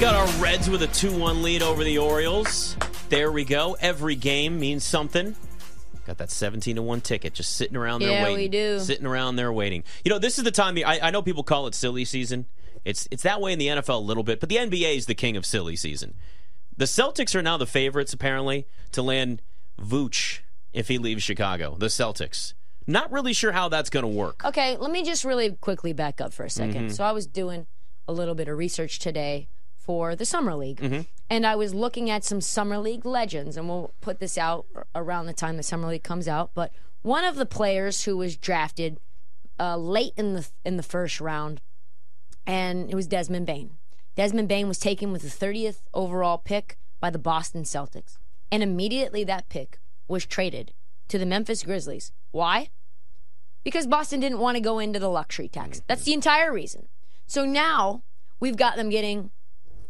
Got our Reds with a 2 1 lead over the Orioles. There we go. Every game means something. Got that 17 to 1 ticket just sitting around there Yeah, waiting. we do. Sitting around there waiting. You know, this is the time, the, I, I know people call it silly season. It's, it's that way in the NFL a little bit, but the NBA is the king of silly season. The Celtics are now the favorites, apparently, to land Vooch if he leaves Chicago. The Celtics. Not really sure how that's going to work. Okay, let me just really quickly back up for a 2nd So I was doing a little bit of research today for the summer league, and I was looking at some summer league legends, and we'll put this out ar- around the time the summer league comes out. But one of the players who was drafted uh, late in the in the first round, and it was Desmond Bain. Desmond Bain was taken with the 30th overall pick by the Boston Celtics, and immediately that pick was traded to the Memphis Grizzlies. Why? because Boston didn't want to go into the luxury Mm-hmm. tax. That's the entire reason. So now we've got them getting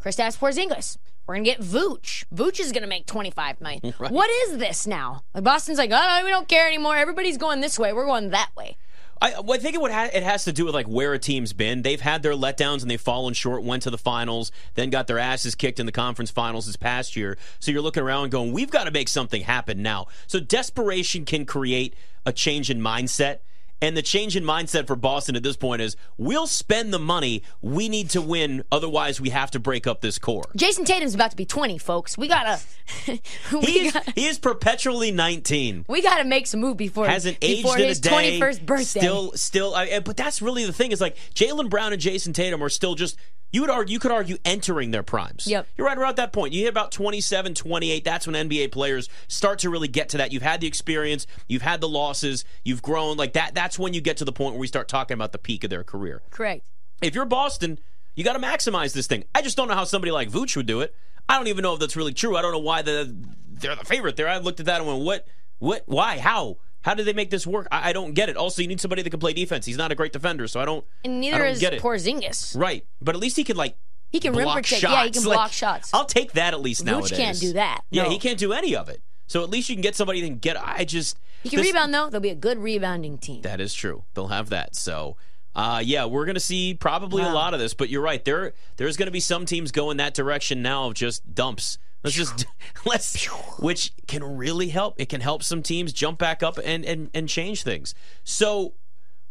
Kristaps Porzingis. We're gonna get Vooch. Vooch is gonna make twenty five million. What is this now? Like Boston's like, oh, we don't care anymore. Everybody's going this way. We're going that way. I, well, I think it would ha- it has to do with like where a team's been. They've had their letdowns and they've fallen short. Went to the finals, then got their asses kicked in the conference finals this past year. So you're looking around, going, "We've got to make something happen now." So desperation can create a change in mindset, and the change in mindset for Boston at this point is, "We'll spend the money. We need to win, otherwise we have to break up this core." Jason Tatum's about to be twenty, folks. We gotta, He we, is, got, he is perpetually 19. we gotta make some move before hasn't aged before in his a day. twenty first birthday. Still, still. I, and- but that's really the thing is like Jalen Brown and Jason Tatum are still just. You would argue, you could argue entering their primes. Yep. You're right around that point. You hit about 27, 28. That's when NBA players start to really get to that. You've had the experience, you've had the losses, you've grown like that. That's when you get to the point where we start talking about the peak of their career. Correct. If you're Boston, you got to maximize this thing. I just don't know how somebody like Vooch would do it. I don't even know if that's really true. I don't know why the they're the favorite there. I looked at that and went, what, what, why, how, how did they make this work? I, I don't get it. Also, you need somebody that can play defense. He's not a great defender, so I don't. And I neither don't is get it. Porzingis. Right, but at least he could like He can rim block protect. shots. Yeah, he can Like, block shots. I'll take that at least now. Vooch can't do that. Yeah, No. he can't do any of it. So at least you can get somebody that can get. I just He can this- rebound though. They'll be a good rebounding team. That is true. They'll have that. So, uh, yeah, we're going to see probably a lot of this. But you're right. There, there's going to be some teams going that direction now of just dumps. Let's just let's, which can really help. It can help some teams jump back up and and and change things. So,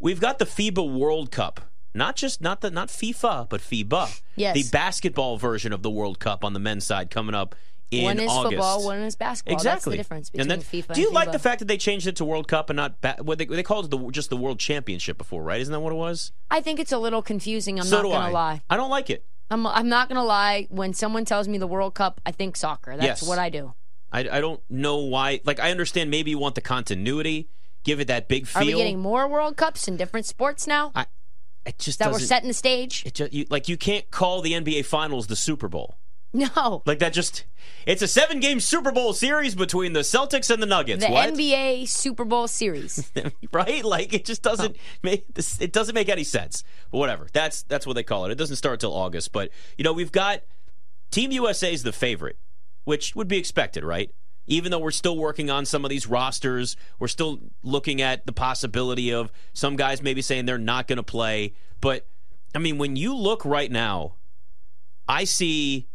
we've got the FIBA World Cup. Not just not the not FIFA, but FIBA. Yes. The basketball version of the World Cup on the men's side coming up in one is August. football, one is basketball. Exactly. That's the difference between And then- FIFA. Do you and like FIBA. the fact that they changed it to World Cup and not ba- what they, they called it the, just the World Championship before, right? Isn't that what it was? I think it's a little confusing. I'm so not do gonna I. lie. I don't like it. I'm, I'm not gonna lie. When someone tells me the World Cup, I think soccer. That's Yes. what I do. I, I don't know why. Like I understand maybe you want the continuity, give it that big Are feel. we getting more World Cups in different sports now? I, it just that we're doesn't. setting the stage? it just, you, like you can't call the NBA Finals the Super Bowl. No. Like that just. It's a seven-game Super Bowl series between the Celtics and the Nuggets. The what? NBA Super Bowl series. right? Like it just doesn't make this, it doesn't make any sense. But whatever. That's that's what they call it. It doesn't start till August, but you know, we've got Team USA is the favorite, which would be expected, right? Even though we're still working on some of these rosters, we're still looking at the possibility of some guys maybe saying they're not going to play, but I mean, when you look right now, I see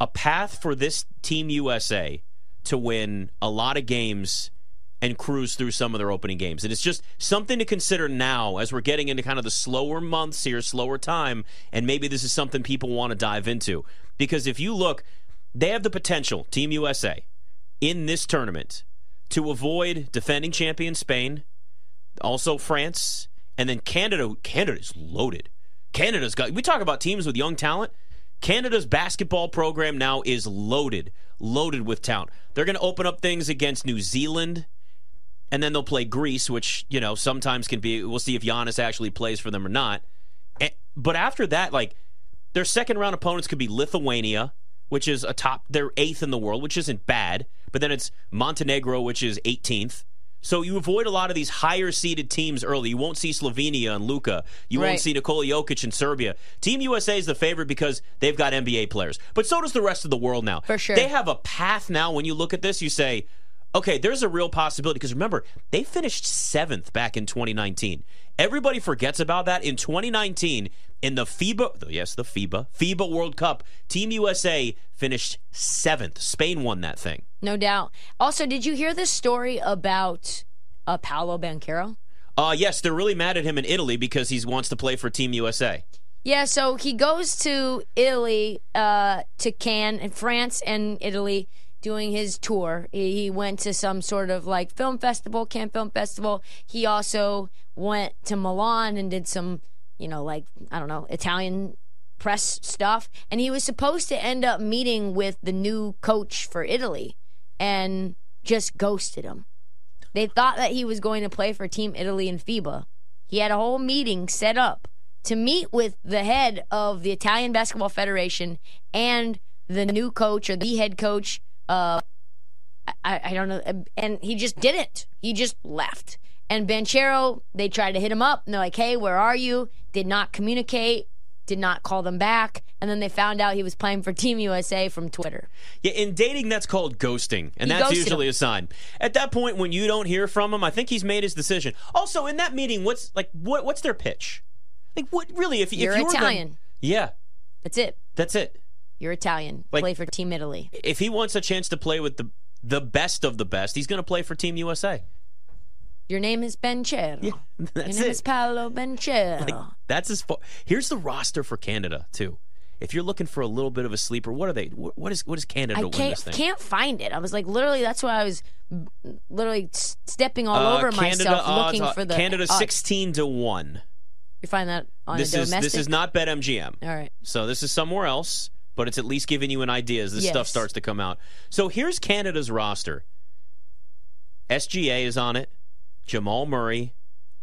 a path for this Team USA to win a lot of games and cruise through some of their opening games. And it's just something to consider now as we're getting into kind of the slower months here, slower time, and maybe this is something people want to dive into. Because if you look, they have the potential, Team USA, in this tournament to avoid defending champion Spain, also France, and then Canada. Canada's loaded. Canada's got. We talk about teams with young talent. Canada's basketball program now is loaded, loaded with talent. They're going to open up things against New Zealand, and then they'll play Greece, which you know sometimes can be. We'll see if Giannis actually plays for them or not. Eh, But after that, like their second round opponents could be Lithuania, which is a top, they're eighth in the world, which isn't bad. But then it's Montenegro, which is 18th. So you avoid a lot of these higher seeded teams early. You won't see Slovenia and Luka. You Right. won't see Nikola Jokic and Serbia. Team USA is the favorite because they've got NBA players. But so does the rest of the world now. For sure. They have a path now. When you look at this, you say, okay, there's a real possibility because remember, they finished seventh back in 2019. Everybody forgets about that. In 2019, in the FIBA, yes, the FIBA, FIBA World Cup, Team USA finished seventh. Spain won that thing. No doubt. Also, did you hear this story about uh, Paolo Banquero? Uh, yes, they're really mad at him in Italy because he wants to play for Team USA. Yeah, so he goes to Italy, uh, to Cannes, and France and Italy, doing his tour. He he went to some sort of like film festival, Cannes Film Festival. He also went to Milan and did some, you know, like I don't know, Italian press stuff. And he was supposed to end up meeting with the new coach for Italy, and just ghosted him. They thought that he was going to play for Team Italy in FIBA. He had a whole meeting set up to meet with the head of the Italian Basketball Federation and the new coach or the head coach. Uh, I, I don't know. And he just didn't. He just left. And Banchero, they tried to hit him up and they're like, hey, where are you? Did not communicate, did not call them back. And then they found out he was playing for Team USA from Twitter. Yeah, in dating, that's called ghosting, and He that's ghosted usually a sign. At that point, when you don't hear from him, I think he's made his decision. Also, in that meeting, what's like what what's their pitch? Like, what really? If, if You're you were them- Italian. yeah, That's it. that's it. You're Italian. Like- Play for Team Italy. If he wants a chance to play with the the best of the best, he's going to play for Team USA. Your name is Banchero. Your That's name it. is Paolo Banchero. That's as far. Here's the roster for Canada too. If you're looking for a little bit of a sleeper, what are they? What what is what is Canada I to win this thing? can't can't find it. I was like, literally, that's why I was mm, literally s- stepping all Uh, over Canada myself odds- looking for the Canada odds. sixteen to one. You find that on This a is domestic. this is not BetMGM. all right. So this is somewhere else, but it's at least giving you an idea as this stuff Yes. starts to come out. So here's Canada's roster. SGA is on it. Jamal Murray,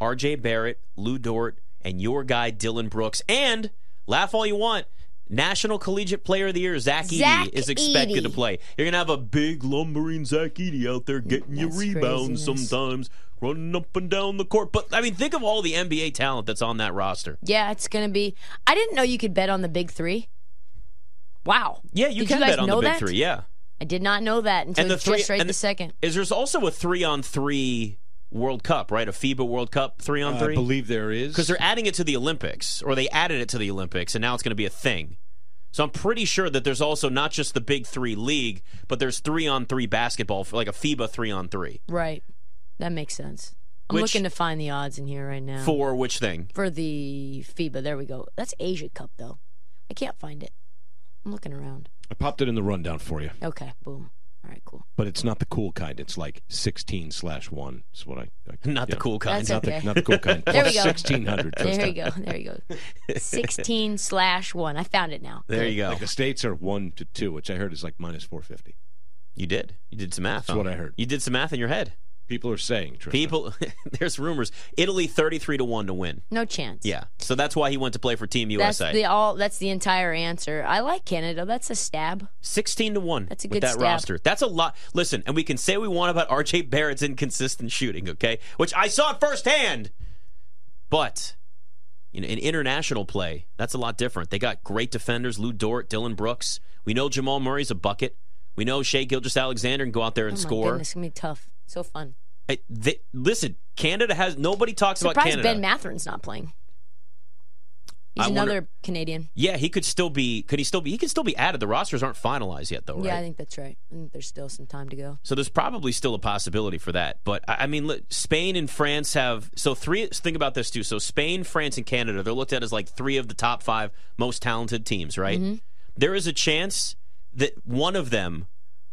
RJ Barrett, Lou Dort, and your guy Dylan Brooks. And laugh all you want. National Collegiate Player of the Year, Zach, Zach Eady, is expected to Edey. play. You're going to have a big lumbering Zach Eady out there getting you That's rebounds craziness. sometimes, running up and down the court. But, I mean, think of all the NBA talent that's on that roster. Yeah, it's gonna be. I didn't know you could bet on the big three. Wow. Yeah, you Did can you guys bet on know the big that? three. Yeah. I did not know that until And the three- just right and the the- second. is there's also a three on three World Cup, right? A FIBA World Cup three on Uh, I three believe there is. because they're adding it to the Olympics, or they added it to the Olympics, and now it's going to be a thing. So I'm pretty sure that there's also not just the big three league, but there's three on three basketball, like a FIBA three on three. Right. That makes sense. I'm Which- looking to find the odds in here right now For which thing? for the FIBA. There we go. That's Asia Cup though. I can't find it. I'm looking around. I popped it in the rundown for you, Okay. Boom. All right. Cool. but it's not the cool kind. It's like 16 slash 1 is what I. I Not the yeah. cool kind. That's Not, Okay. the, not the cool kind. There we Plus go. 1600. There you Tristan. go. There you go. 16 slash 1. I found it now. There you go. Like the states are 1 to 2, which I heard is like minus 450. You did. You did some math. That's on what it. I heard. You did some math in your head. People are saying, Tristan. People, there's rumors. Italy 33 to one to win. No chance. Yeah. So that's why he went to play for Team That's USA. the all that's the entire answer. I like Canada. That's a stab. 16 to 1 That's a with good that stab. roster. That's a lot. Listen, and we can say we want about RJ Barrett's inconsistent shooting, okay? Which I saw firsthand. But you know, in international play, that's a lot different. They got great defenders, Lou Dort, Dylan Brooks. We know Jamal Murray's a bucket. We know Shea Gilgis Alexander can go out there and oh My score. goodness, it's gonna be tough. So fun. Hey, they- listen, Canada has nobody talks about Surprised Canada. Ben Matherin's not playing. He's I wonder- another Canadian. yeah, he could still be could he still be he could still be added. The rosters aren't finalized yet though, right? Yeah, I think that's right. I think there's still some time to go. So there's probably still a possibility for that. But I I mean, look, Spain and France have so three. Think about this too. So Spain, France, and Canada they're looked at as like three of the top five most talented teams, right? There is a chance that one of them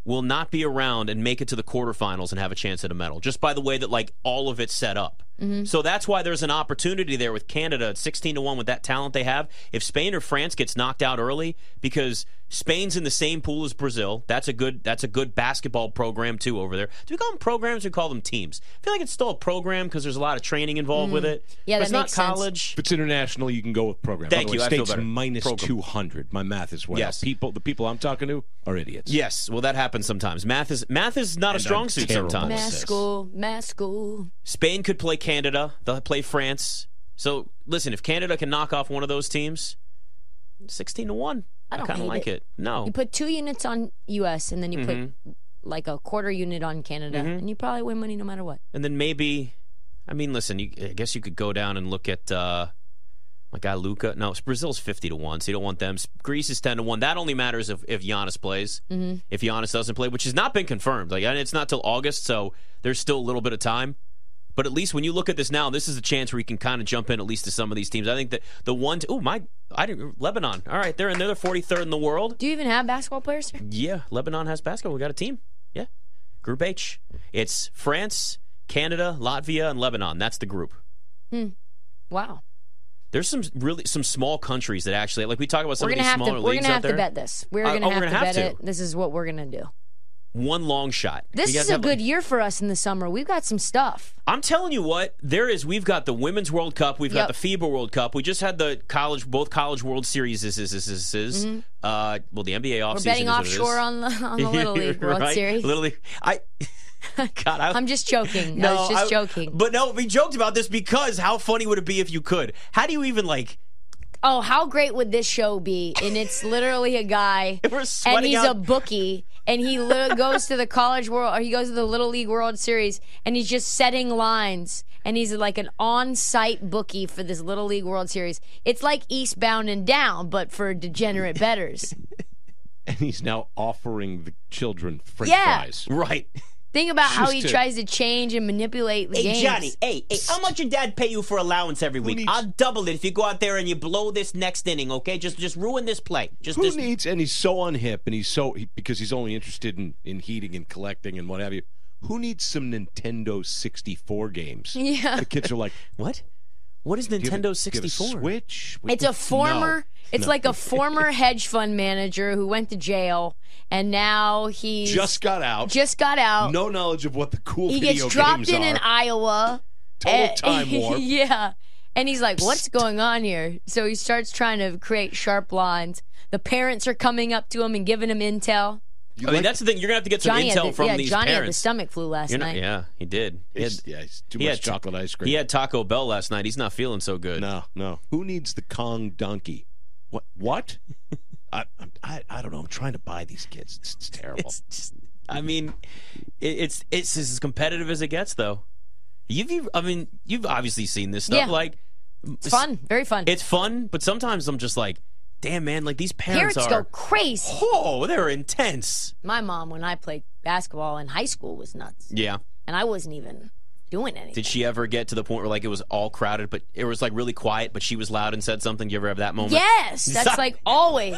will not be around and make it to the quarterfinals and have a chance at a medal just by the way that like all of it's set up. Mm-hmm. So that's why there's an opportunity there with Canada at 16 to 1 with that talent they have. If Spain or France gets knocked out early because Spain's in the same pool as Brazil, that's a good that's a good basketball program too over there. Do we call them programs or call them teams? I feel like it's still a program because there's a lot of training involved with it. Mm. but Yeah, that it's makes not sense. college. If it's international, you can go with program. Thank By the you, way, I feel States better. minus Program. 200. My math is well. Yes. People, the people I'm talking to are idiots. Yes, well that happens sometimes. Math is math is not a And strong I'm suit terrible. sometimes. Math- Mass says. school, mass school. Spain could play Canada. They'll play France. So listen, if Canada can knock off one of those teams, sixteen to one. I don't kind of hate like it. You No, Mm-hmm. put two units on U.S. and then you put like a quarter unit on Canada, and you probably win money no matter what. And then maybe, I mean, listen, you, I guess you could go down and look at uh, my guy Luca. No, it's- Brazil's fifty to one, so you don't want them. Greece is ten to one. That only matters if if Giannis plays. Mm-hmm. If Giannis doesn't play, which has not been confirmed, like and it's not till August, so there's still a little bit of time. But at least when you look at this now, this is a chance where you can kind of jump in at least to some of these teams. I think that the one, oh my, I didn't Lebanon. All right, they're in there, they're forty third in the world. Do you even have basketball players here? Yeah, Lebanon has basketball. We got a team. Yeah. Group H. It's France, Canada, Latvia, and Lebanon. That's the group. Wow, There's some really some small countries that actually like we talk about some we're of gonna these have to smaller we're leagues gonna out have there. to bet this. We're Uh, gonna oh, have we're to gonna have bet to. it. This is what we're gonna do. One long shot. This You guys is a have, good year for us in the summer. We've got some stuff. I'm telling you what, there is we've got the Women's World Cup, we've Yep. got the FIBA World Cup, we just had the college both college world series is is is is, is. uh well the NBA offseason Mm-hmm. We're betting is what it is. offshore on the, on the Little League World Right? Series. Little League. I God, I, I'm just joking. I was just I- joking. But no, we joked about this because how funny would it be if you could? How do you even like? Oh, how great would this show be? And it's literally a guy, We're and sweating he's a out. bookie, and he li- goes to the college world, or he goes to the Little League World Series, and he's just setting lines, and he's like an on-site bookie for this Little League World Series. It's like Eastbound and Down, but for degenerate betters. And he's now offering the children French Yeah. fries. right. Think about how he Just a- tries to change and manipulate the games. hey, hey, how much your dad pay you for allowance every week? needs- I'll double it if you go out there and you blow this next inning, okay? Just just ruin this play. Just Who needs? And he's so unhip, and he's so he, because he's only interested in in heating and collecting and what have you. Who needs some Nintendo 64 games? Yeah. The kids are like, what? What is give it- Nintendo give a 64? Switch. It's a former. It's like a former hedge fund manager who went to jail and now he's just got out. just got out. no knowledge of what the cool he video gets dropped games in are. in Iowa. Total Eh, time warp. yeah, and he's like, "What's going on here?" So he starts trying to create sharp lines. The parents are coming up to him and giving him intel. I mean, that's the thing. You're gonna have to get some Johnny, intel had the, from yeah, these Johnny had the parents. stomach flu last You're not- night. yeah, he did. He had, It's- yeah, it's too he much had- chocolate ice cream. he had Taco Bell last night. He's not feeling so good. No, no. Who needs the Kong donkey? What? What? I, I'm- I I don't know. I'm trying to buy these kids. It's, it's terrible. It's just, I mean, it, it's it's as competitive as it gets, though. You've, you've- I mean, you've obviously seen this stuff. Yeah. Like, It's fun, very fun. it's fun, but sometimes I'm just like, damn, man, like these parents, parents go are. crazy. Oh, they're intense. My mom, when I played basketball in high school, was nuts, Yeah. and I wasn't even doing anything. Did she ever get to the point where like it was all crowded, but it was like really quiet, but she was loud and said something? Do you ever have that moment? Yes, that's like always.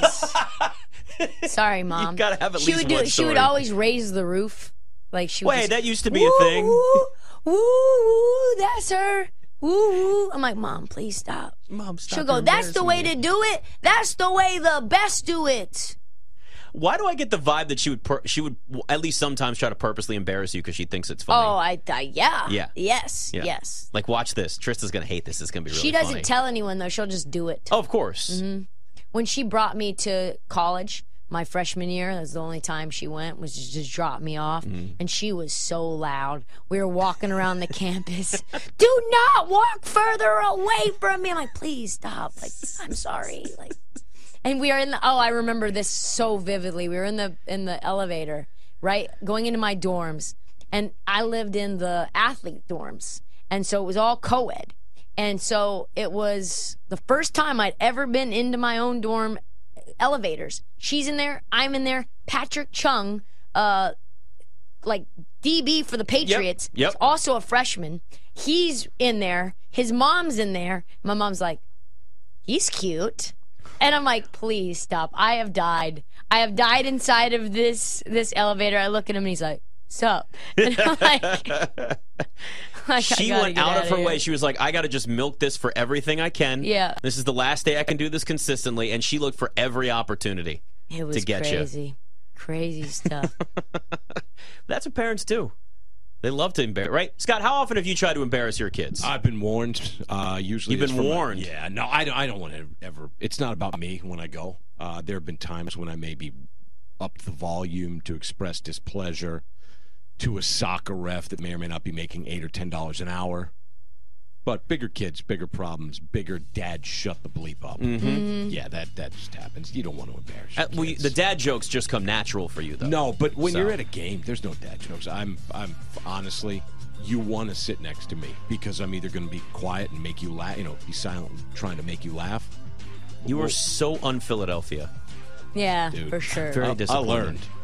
Sorry, mom. gotta have at she least would do. one She would story. always raise the roof, like she. Would Wait, just, that used to be a "Woo, thing." Woo, woo, woo, that's her. Woo, woo. I'm like, mom, please stop. Mom, stop She'll go. you're That's the way embarrassing to me." do it. That's the way the best do it. Why do I get the vibe that she would pur- she would w- at least sometimes try to purposely embarrass you because she thinks it's funny? Oh, I. I yeah. Yeah. Yes. Yeah. Yes. Like, watch this. Trista's gonna hate this. It's gonna be really. she doesn't funny. tell Mm-hmm. anyone though. She'll just do it. Oh, of course. when she brought me to college my freshman year that's the only time she went was to just drop me off and she was so loud we were walking around the campus do not walk further away from me i'm like please stop like i'm sorry like and we are in the oh i remember this so vividly we were in the in the elevator right going into my dorms and i lived in the athlete dorms and so it was all co-ed and so it was the first time i'd ever been into my own dorm elevators she's in there i'm in there patrick chung uh like db for the patriots yep. is also a freshman he's in there his mom's in there my mom's like he's cute and i'm like please stop i have died i have died inside of this this elevator i look at him and he's like sup and i'm like, like, I She gotta went get out of her here. way. She was like, I got to just milk this for everything I can. Yeah. This is the last day I can do this consistently. And she looked for every opportunity. it was get you. crazy crazy stuff That's what parents do. They love to embarrass, right? Scott, how often have you tried to embarrass your kids? I've been warned. Uh, usually, You've it's been from a- warned. yeah. No, I don't. I don't want to ever. It's not about me when I go. Uh, there have been times when I maybe up the volume to express displeasure to a soccer ref that may or may not be making eight or ten dollars an hour. But bigger kids, bigger problems, bigger dad. Shut the bleep up. Yeah, that that just happens. You don't want to embarrass. your Uh, well, you- kids. Mm-hmm. the dad jokes just come natural for you, though. No, but when So- you're at a game, there's no dad jokes. I'm, I'm honestly, you want to sit next to me because I'm either going to be quiet and make you laugh, you know, be silent, trying to make you laugh. you are so un Philadelphia. Yeah, Dude. for sure. Very I- I disappointed. learned.